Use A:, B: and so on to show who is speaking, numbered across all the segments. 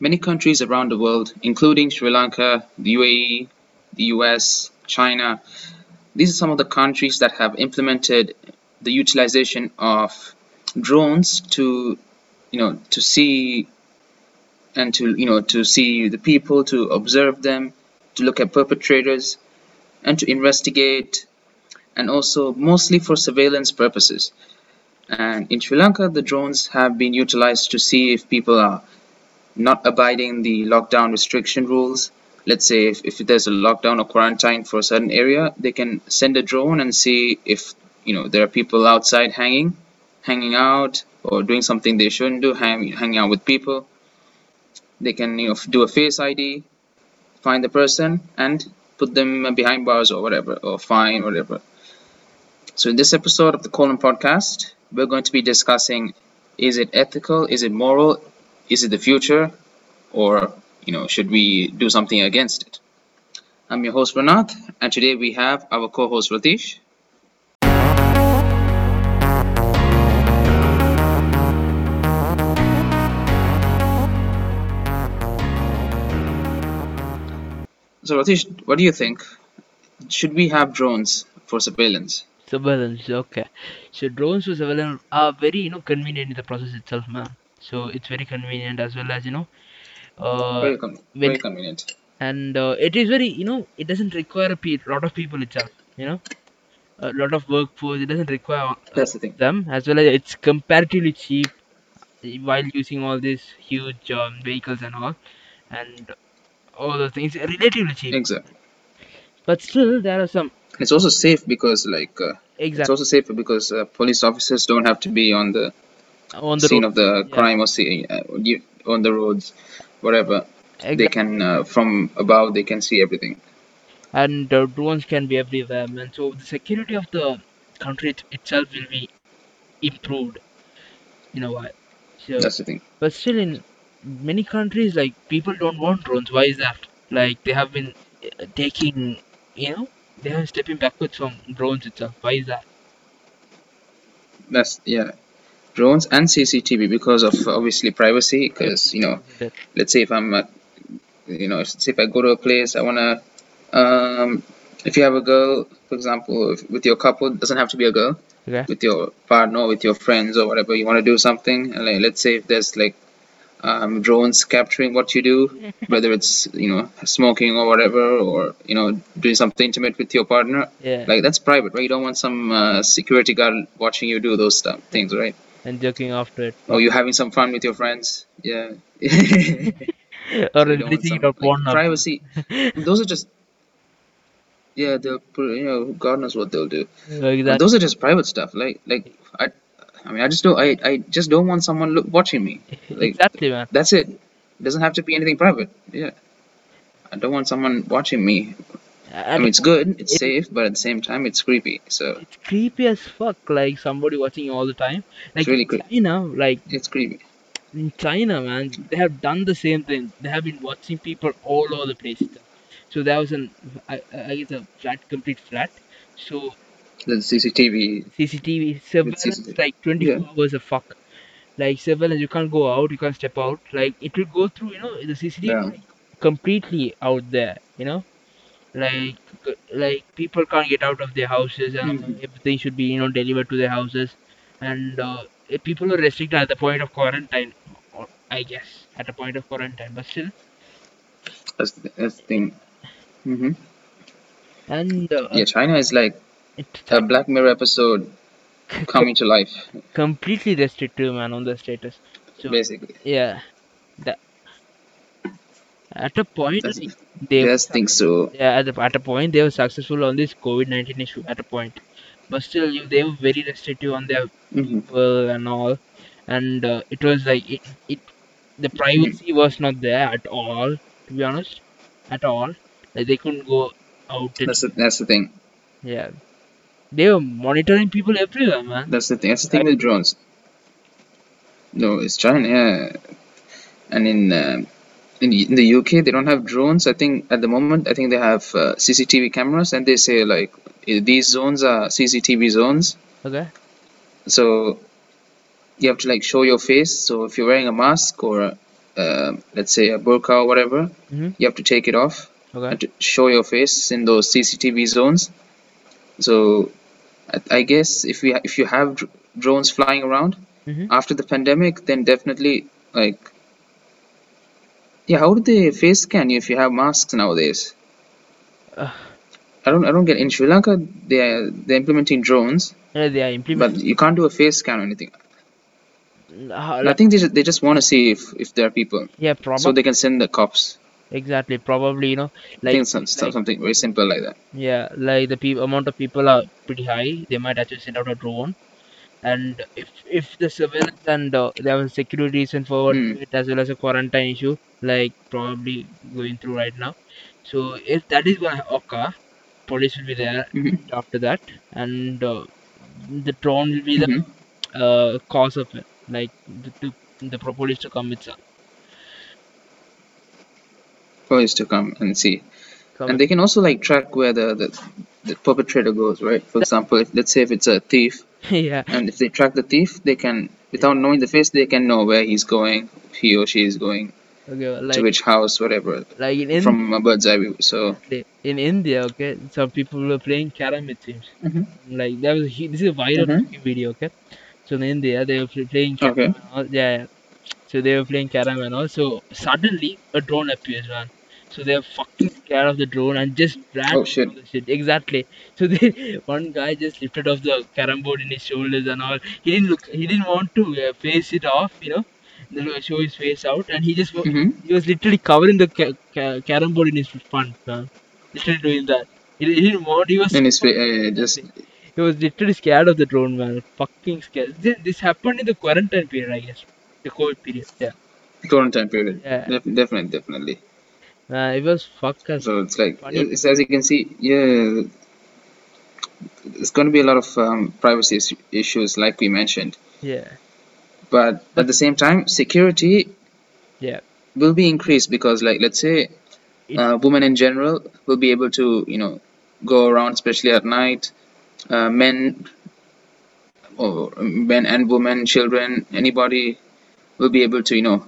A: Many countries around the world, including Sri Lanka, the UAE, the US, China, these are some of the countries that have implemented the utilization of drones to, you know, to see and to, you know, to see the people, to observe them, to look at perpetrators, and to investigate, and also mostly for surveillance purposes. And in Sri Lanka, the drones have been utilized to see if people are not abiding the lockdown restriction rules. Let's say if, if there's a lockdown or quarantine for a certain area, they can send a drone and see if you know there are people outside hanging, hanging out or doing something they shouldn't do, hang, hanging out with people. They can you know f- do a face ID, find the person, and put them behind bars or whatever, or fine, whatever. So, in this episode of the Colon Podcast, we're going to be discussing is it ethical, is it moral, is it the future, or you know, should we do something against it? I'm your host Pranath, and today we have our co-host Ratish. So, Ratish, what do you think? Should we have drones for surveillance?
B: Surveillance, okay. So drones for surveillance are very, you know, convenient in the process itself, man. So it's very convenient as well as, you know, uh,
A: Very, con-
B: when
A: very convenient.
B: and uh, it is very, you know, it doesn't require a pe- lot of people itself, you know, a lot of workforce. It doesn't require uh,
A: That's the thing.
B: them as well as it's comparatively cheap while using all these huge um, vehicles and all, and all those things relatively cheap.
A: Exactly.
B: But still, there are some
A: And it's also safe because, like, uh, it's
B: exact
A: also safer because uh, police officers don't have to be on the
B: on the
A: scene
B: road.
A: of the
B: Yeah,
A: crime or see uh, you- on the roads, whatever. They
B: exact.
A: can uh, from above they can see everything.
B: and uh, drones can be everywhere man so the security of the country it- itself will be improved in a while so
A: That's the thing.
B: but still in many countries like people don't want drones why is that like they have been uh, taking you know they have stepping backwards from drones itself why is that
A: That's yeah. Drones and CCTV because of obviously privacy. Because
B: privacy
A: you know,
B: isn't it
A: let's say if I'm at, you know, say if I go to a place, I wanna. Um, if you have a girl, for example, if, with your couple, doesn't have to be a girl,
B: okay
A: with your partner, with your friends or whatever, you want to do something. And like, let's say if there's like um, drones capturing what you do, whether it's you know smoking or whatever, or you know doing something intimate with your partner.
B: yeah
A: Like that's private, right? You don't want some uh, security guard watching you do those stuff, things, right?
B: and joking after it
A: Or
B: prob-
A: you having some fun with your friends, yeah. so
B: or
A: you don't want
B: releasing it
A: some
B: on
A: like
B: porn or something
A: privacy. Those are just yeah, they'll put you know God knows what they'll do.
B: like
A: And
B: that
A: those are just private stuff. Like like I, I mean I just don't I, I just don't want someone look, watching me. Like
B: exactly man
A: that's it. Doesn't have to be anything private. Yeah. I don't want someone watching me. I
B: and
A: mean, it's good, it's
B: it
A: safe, but at the same time, it's creepy. So
B: it's creepy as fuck like somebody watching you all the time
A: it's
B: like in
A: really creepy.
B: china like
A: It's creepy.
B: in china man they have done the same thing they have been watching people all over the place itself. so there was an i, I guess a flat complete flat so
A: The CCTV
B: cctv
A: with
B: surveillance
A: CCTV.
B: like
A: Yeah,
B: 24 hours a fuck like surveillance you can't go out you can't step out like it will go through you know the cctv
A: yeah.
B: completely out there you know like c- like people can't get out of their houses and
A: hmm
B: everything should be you know delivered to their houses and uh, if people are restricted at the point of quarantine or i guess at the point of quarantine but still
A: That's the, that's the thing. hmm
B: and uh,
A: Yeah, China is like
B: it's
A: a
B: China
A: Black Mirror episode coming to life,
B: completely restrictive man on the status so
A: basically.
B: yeah that at a point
A: That's
B: like they were
A: that's the thing.
B: success
A: So
B: yeah, at, the, at a point they were successful on this covid-19 issue at a point but still you, they were very restrictive on their
A: hmm
B: people and all and uh, it was like it, it the privacy was not there at all to be honest at all like they couldn't go out and
A: that's the, that's the thing.
B: yeah they were monitoring people everywhere man
A: That's the thing. That's the thing
B: Right.
A: with drones. No, it's China. Yeah, and in um in, in the UK they don't have drones. I think at the moment I think they have uh, CCTV cameras, and they say like eh, these zones are CCTV zones.
B: okay
A: So you have to like show your face. So if you're wearing a mask or uh, let's say a burqa or whatever,
B: Mm-hmm.
A: you have to take it off
B: Okay.
A: and to show your face in those CCTV zones. So I, I guess if we if you have dr- drones flying around
B: Mm-hmm.
A: after the pandemic, then definitely like yeah, how do they face scan you if you have masks nowadays?
B: Uh,
A: I don't I don't get in Sri Lanka they are, they're implementing drones,
B: yeah, they are
A: but
B: implementing.
A: you can't do a face scan or anything.
B: Uh,
A: And I
B: like,
A: think they just, they just want to see if if there are people,
B: yeah,
A: so
B: probably
A: they can send the cops.
B: exactly, probably you know,
A: I
B: like
A: think some, some,
B: like
A: something very simple like that.
B: yeah, like the peop amount of people are pretty high. They might actually send out a drone, and if if the surveillance and uh, there was security reason for
A: Hmm.
B: it as well as a quarantine issue, like probably going through right now. So if that is gonna occur, police will be there
A: Mm-hmm.
B: after that, and uh, the drone will be the
A: Mm-hmm.
B: uh, cause of it, like the, the, the pro- police to come itself.
A: Police to come and see.
B: Come
A: and
B: it.
A: they can also like track where the, the the perpetrator goes right for
B: That,
A: example if, let's say if it's a thief
B: yeah,
A: and if they track the thief they can without knowing the face they can know where he's going he or she is going
B: okay, well,
A: to
B: like
A: which house whatever
B: like in India,
A: from a bird's eye view so
B: exactly in India, okay, some people were playing carom it seems.
A: hmm
B: Like there was a, hu- this is a viral
A: hmm
B: video, okay. So in India, they were pl- playing carom
A: okay
B: and all. Yeah, yeah. So they were playing carom and all. So suddenly a drone appears, man. So they're fucking scared of the drone and just ran
A: oh
B: away
A: shit
B: from the shit. Exactly. So they, one guy just lifted off the carom board in his shoulders and all. He didn't look. He didn't want to uh, face it off, you know, you know, show his face out. And he just wa-
A: hmm
B: he was literally covering the ca- ca- carom board in his front, man. Literally doing that. He, he didn't want. He was
A: and it's
B: fucking
A: uh, just
B: exactly. He was literally scared of the drone, man. Fucking scared. This, this happened in the quarantine period, I guess. The COVID period. Yeah.
A: quarantine period
B: Yeah.
A: Def- definitely definitely
B: Man, it was fuck us
A: so it's like
B: funny.
A: it's, as you can see yeah it's going to be a lot of um, privacy is- issues like we mentioned
B: Yeah.
A: but at
B: But
A: the same time security
B: yeah,
A: will be increased because like let's say
B: it
A: uh, women in general will be able to you know go around especially at night uh, men or men and women children anybody will be able to you know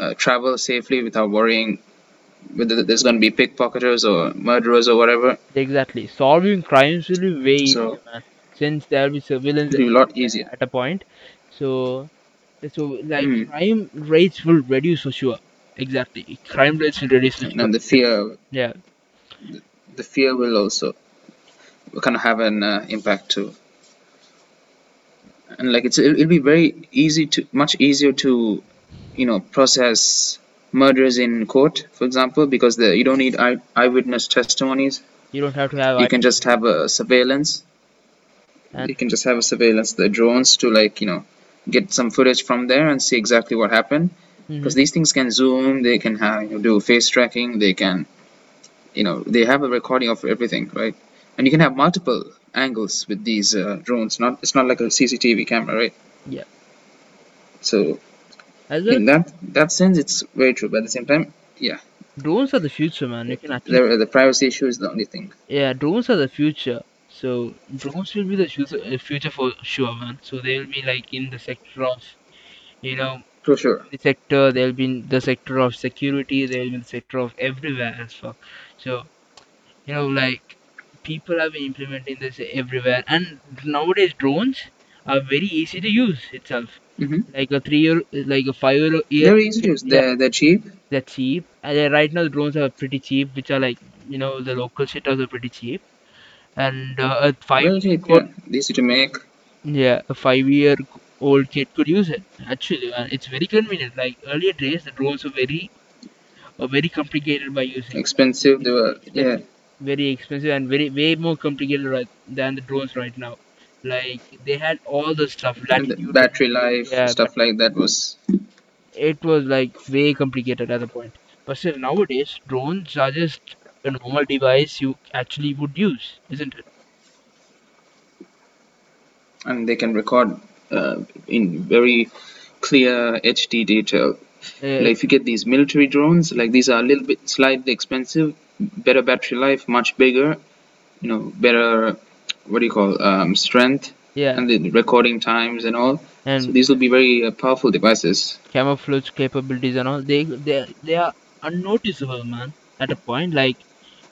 A: uh, travel safely without worrying whether there's going to be pickpocketers or murderers or whatever
B: exactly solving crimes will be way
A: so
B: easier, man. Since there will be surveillance
A: it'll be a lot
B: everywhere
A: easier
B: at a point, so so like
A: mm.
B: crime rates will reduce for sure. Exactly, crime rates will reduce for sure.
A: and the fear
B: Yeah.
A: the fear will also kind of have an uh, impact too and like it's it'll, it'll be very easy to much easier to you know process murders in court for example because the you don't need eye, eyewitness testimonies
B: You don't have to have
A: you can
B: eyewitness
A: just have a surveillance
B: and
A: you can just have a surveillance the drones to like you know get some footage from there and see exactly what happened because
B: hmm
A: these things can zoom they can have you know, do face tracking they can you know they have a recording of everything right and you can have multiple angles with these uh, drones not it's not like a cctv camera right
B: yeah,
A: so
B: as well.
A: in that that sense it's very true but at the same time yeah
B: drones are the future man you can actually
A: the, the privacy issue is the only thing
B: yeah drones are the future so drones will be the future, uh, future for sure man so they will be like in the sector of you know
A: for sure
B: the sector they'll be in the sector of security they'll be in the sector of everywhere as well so you know like people have been implementing this everywhere and nowadays drones are very easy to use itself
A: hmm
B: like a three year like a five year year
A: they're easy to use
B: Mm-hmm. yeah
A: they're, they're cheap
B: they're cheap and then right now the drones are pretty cheap which are like you know the local setups are pretty cheap and uh, a five
A: very
B: year
A: cheap
B: old
A: yeah easy to make
B: yeah a five year old kid could use it actually and it's very convenient like earlier days the drones were very were very complicated by using
A: expensive they
B: it's very
A: were yeah
B: expensive very expensive and very way more complicated right, than the drones right now like they had all the stuff
A: and the
B: latitude
A: battery life
B: yeah but
A: stuff like that was
B: it was like way complicated at the point but still nowadays drones are just a normal device you actually would use isn't it
A: and they can record uh, in very clear hd detail
B: uh,
A: like if you get these military drones like these are a little bit slightly expensive better battery life much bigger you know better what do you call um, strength
B: yeah
A: and the recording times and all. So
B: and
A: these will be very uh, powerful devices.
B: camouflage capabilities and all they they they are unnoticeable man at a point like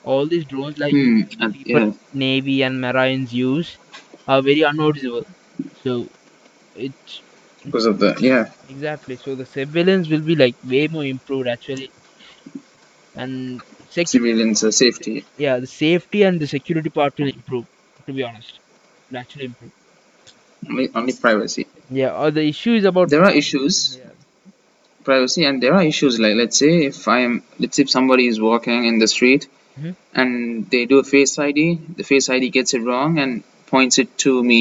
B: all these drones like
A: Hmm. And
B: people
A: yeah,
B: navy and marines use are very unnoticeable so it's
A: because of the yeah.
B: exactly so the surveillance will be like way more improved actually and sec-
A: civilians uh, safety.
B: yeah the safety and the security part will improve to be honest will actually improve
A: Only, only privacy.
B: yeah or the issue is about
A: There are issues,
B: yeah
A: privacy, and there are issues like let's say if I am, let's say if somebody is walking in the street
B: hmm
A: and they do a face ID, the face ID gets it wrong and points it to me,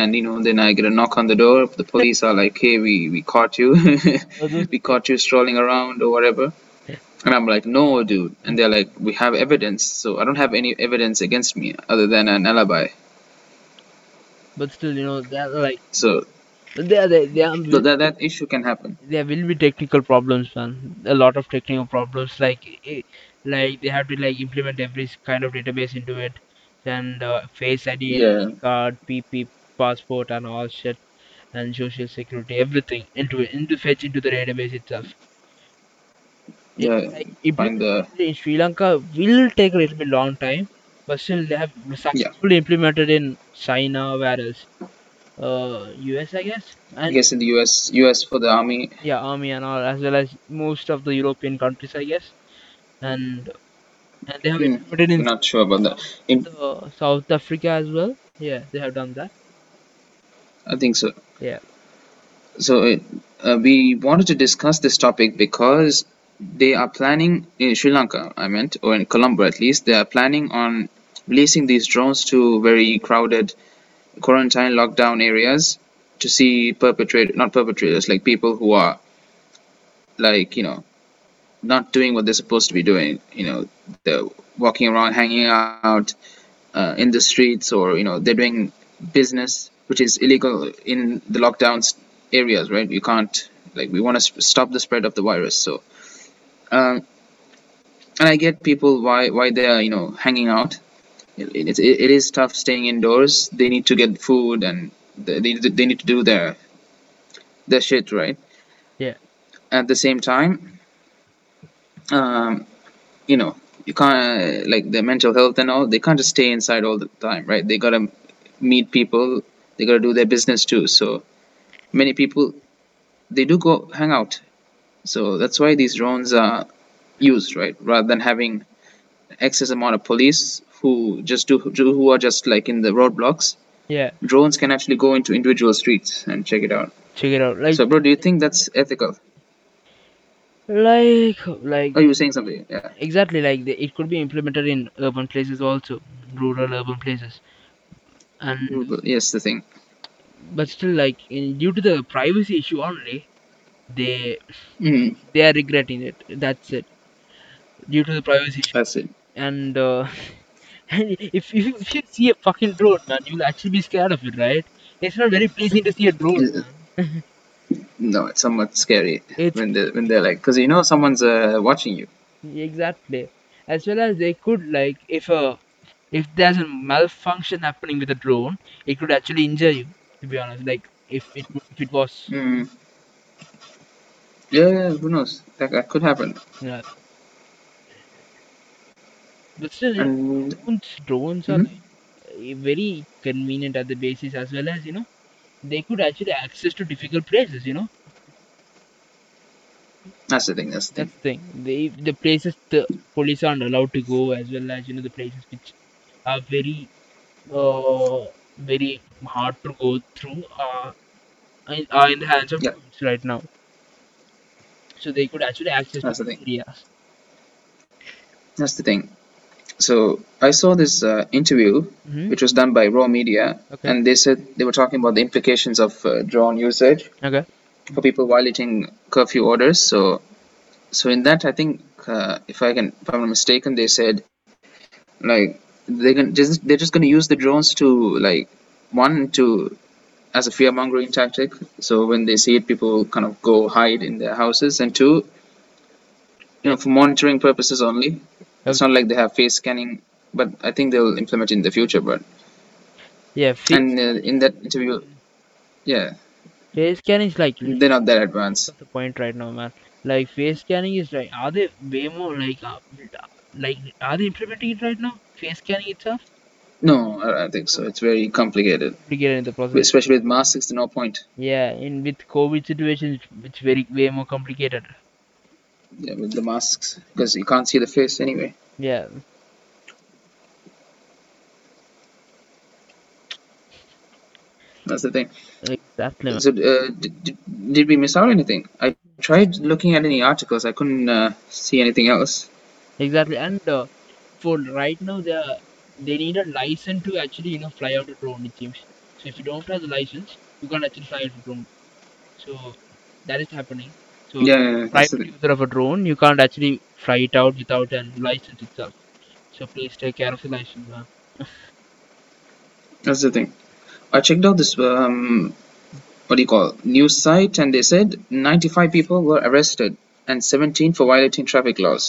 A: and you know then I get a knock on the door. The police are like, "Hey, we we caught you,
B: so those
A: we caught you strolling around or whatever." And I'm like, "No, dude," and they're like, "We have evidence." So I don't have any evidence against me other than an alibi.
B: but still you know they're like
A: So
B: they they they are
A: th- that that issue can happen.
B: there will be technical problems man a lot of technical problems like i- like they have to like implement every s- kind of database into it then the face id
A: Yeah.
B: card pp passport and all shit and social security everything into it into fetch into the database itself it
A: Yeah,
B: like
A: find
B: implementing
A: the
B: it in sri lanka will take a little bit long time but still they have
A: yeah.
B: successfully implemented in china where else uh us i guess
A: I
B: and
A: guess in the U.S. U.S. for the army.
B: yeah army and all as well as most of the european countries i guess and and they have
A: Hmm.
B: implemented in
A: We're not sure about that. In
B: the south africa as well yeah they have done that
A: I think so.
B: yeah
A: So it, uh, we wanted to discuss this topic because they are planning in Sri Lanka, I meant, or in Colombo at least, they are planning on releasing these drones to very crowded quarantine lockdown areas to see perpetrators, not perpetrators, like people who are like you know not doing what they're supposed to be doing. You know, they're walking around, hanging out uh, in the streets, or you know, they're doing business which is illegal in the lockdowns areas, right? You can't like we want to sp- stop the spread of the virus. So, um, and I get people why why they are you know hanging out. It, it, is- it is tough staying indoors. They need to get food and they, they they need to do their their shit right.
B: yeah
A: At the same time, um, you know you can't like their mental health and all they can't just stay inside all the time right they gotta meet people they gotta do their business too so many people they do go hang out so that's why these drones are used right rather than having excess amount of police who just do do- who are just like in the roadblocks
B: yeah
A: drones can actually go into individual streets and check it out
B: check it out like
A: so bro do you think that's ethical
B: like like
A: oh you were saying something yeah
B: exactly like the, it could be implemented in urban places also rural urban places and
A: yes the thing
B: but still like in, due to the privacy issue only they
A: mm,
B: they are regretting it that's it due to the privacy issue
A: that's it
B: and uh, and if, if you if you see a fucking drone man you'll actually be scared of it right it's not very pleasing to see a drone man
A: No, it's somewhat scary
B: it's
A: when they when they're like, because you know someone's uh, watching you.
B: exactly as well as they could like if a if there's a malfunction happening with a drone it could actually injure you to be honest like if it if it was
A: Mm. Yeah, yeah, who knows? That, that could happen.
B: yeah but still you know
A: And
B: drones drones are
A: hmm
B: like eh, very convenient at the basis as well as you know they could actually access to difficult places you know
A: that's the thing. That's the
B: that's
A: thing.
B: the thing they the places the police aren't allowed to go as well as you know the places which are very uh very hard to go through are in, are in the hands of
A: Yeah,
B: drones right now so they could actually access to
A: that's the
B: those
A: thing.
B: areas
A: That's the thing. So I saw this uh, interview,
B: hmm
A: which was done by Raw Media,
B: okay
A: and they said they were talking about the implications of uh, drone usage
B: okay
A: for people violating curfew orders. So, so in that, I think uh, if I can, if I'm not mistaken, they said like they can just they're just going to use the drones to like one to as a fear mongering tactic so when they see it people kind of go hide in their houses and two you
B: yeah
A: know for monitoring purposes only it's
B: okay
A: not like they have face scanning but i think they'll implement it in the future but
B: yeah face
A: And uh, in that interview, yeah,
B: face scanning is like
A: they're not that advanced.
B: what's the point right now man like face scanning is like are they way more like uh, like are they implementing it right now face scanning itself
A: No, I I don't think so. It's very complicated,
B: complicated in the process
A: especially with masks. There's no point.
B: yeah in with covid situation it's, it's very way more complicated
A: Yeah, with the masks because you can't see the face anyway.
B: yeah
A: That's the thing.
B: exactly man.
A: So, uh, did, did, did we miss out anything? I tried looking at any articles. I couldn't uh, see anything else.
B: exactly and uh, for right now they are, they need a license to actually you know fly out a drone it seems so if you don't have the license you can't actually fly out a drone so that is happening so if
A: Yeah,
B: you're
A: yeah, yeah,
B: a
A: that's the
B: private
A: thing.
B: user of a drone you can't actually fly it out without a license itself so please take care of your license man.
A: That's the thing. I checked out this um, what do you call news site, and they said 95 people were arrested and 17 for violating traffic laws,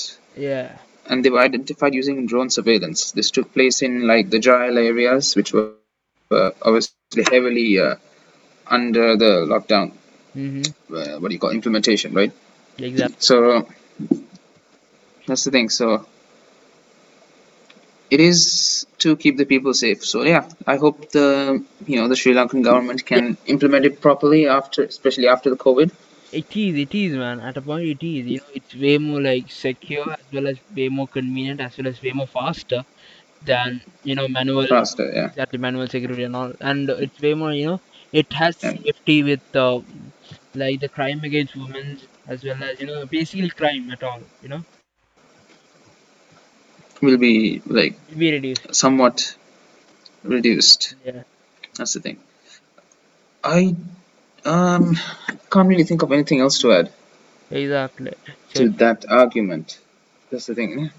B: yeah
A: and they were identified using drone surveillance. This took place in like the Jail areas, which were uh, obviously heavily uh, under the lockdown.
B: mm-hmm.
A: Uh, what do you call implementation, right?
B: exactly
A: So that's the thing. So it is to keep the people safe. So yeah, I hope the you know the Sri Lankan government
B: yeah
A: can implement it properly after, especially after the COVID.
B: it is it is man at a point it is you know it's way more like secure as well as way more convenient as well as way more faster than you know manual
A: Faster, yeah.
B: exactly manual security and all and uh, it's way more you know it has
A: Yeah,
B: safety with uh, like the crime against women as well as you know basically crime at all you know
A: will be like
B: will be reduced
A: somewhat reduced.
B: yeah
A: That's the thing. I um can't really think of anything else to add
B: exactly so
A: to that argument. That's the thing. yeah.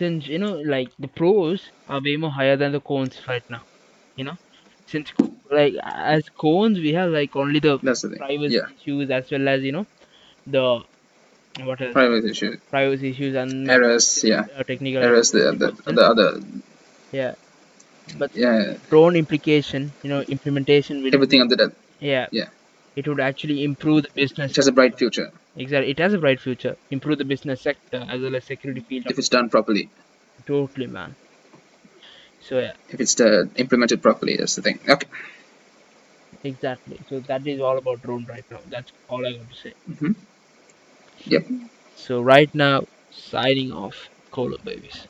B: since you know like the pros are way more higher than the cons right now you know since co- like as cons we have like only the
A: That's the thing.
B: privacy
A: Yeah,
B: issues as well as you know the what else
A: private issue,
B: privacy issues and ma-
A: errors. Yeah,
B: uh, technical errors
A: errors. The
B: about
A: the,
B: this
A: the other.
B: yeah but
A: Yeah,
B: drone implication you know implementation will
A: everything under that.
B: yeah
A: Yeah,
B: it would actually improve the business
A: it has a bright future
B: exactly it has a bright future improve the business sector as well as security field
A: if it's done properly.
B: totally man so yeah
A: If it's uh, implemented properly, that's the thing. Okay.
B: exactly so that is all about drone right now that's all i want to say
A: hmm Yep.
B: so right now signing off call babies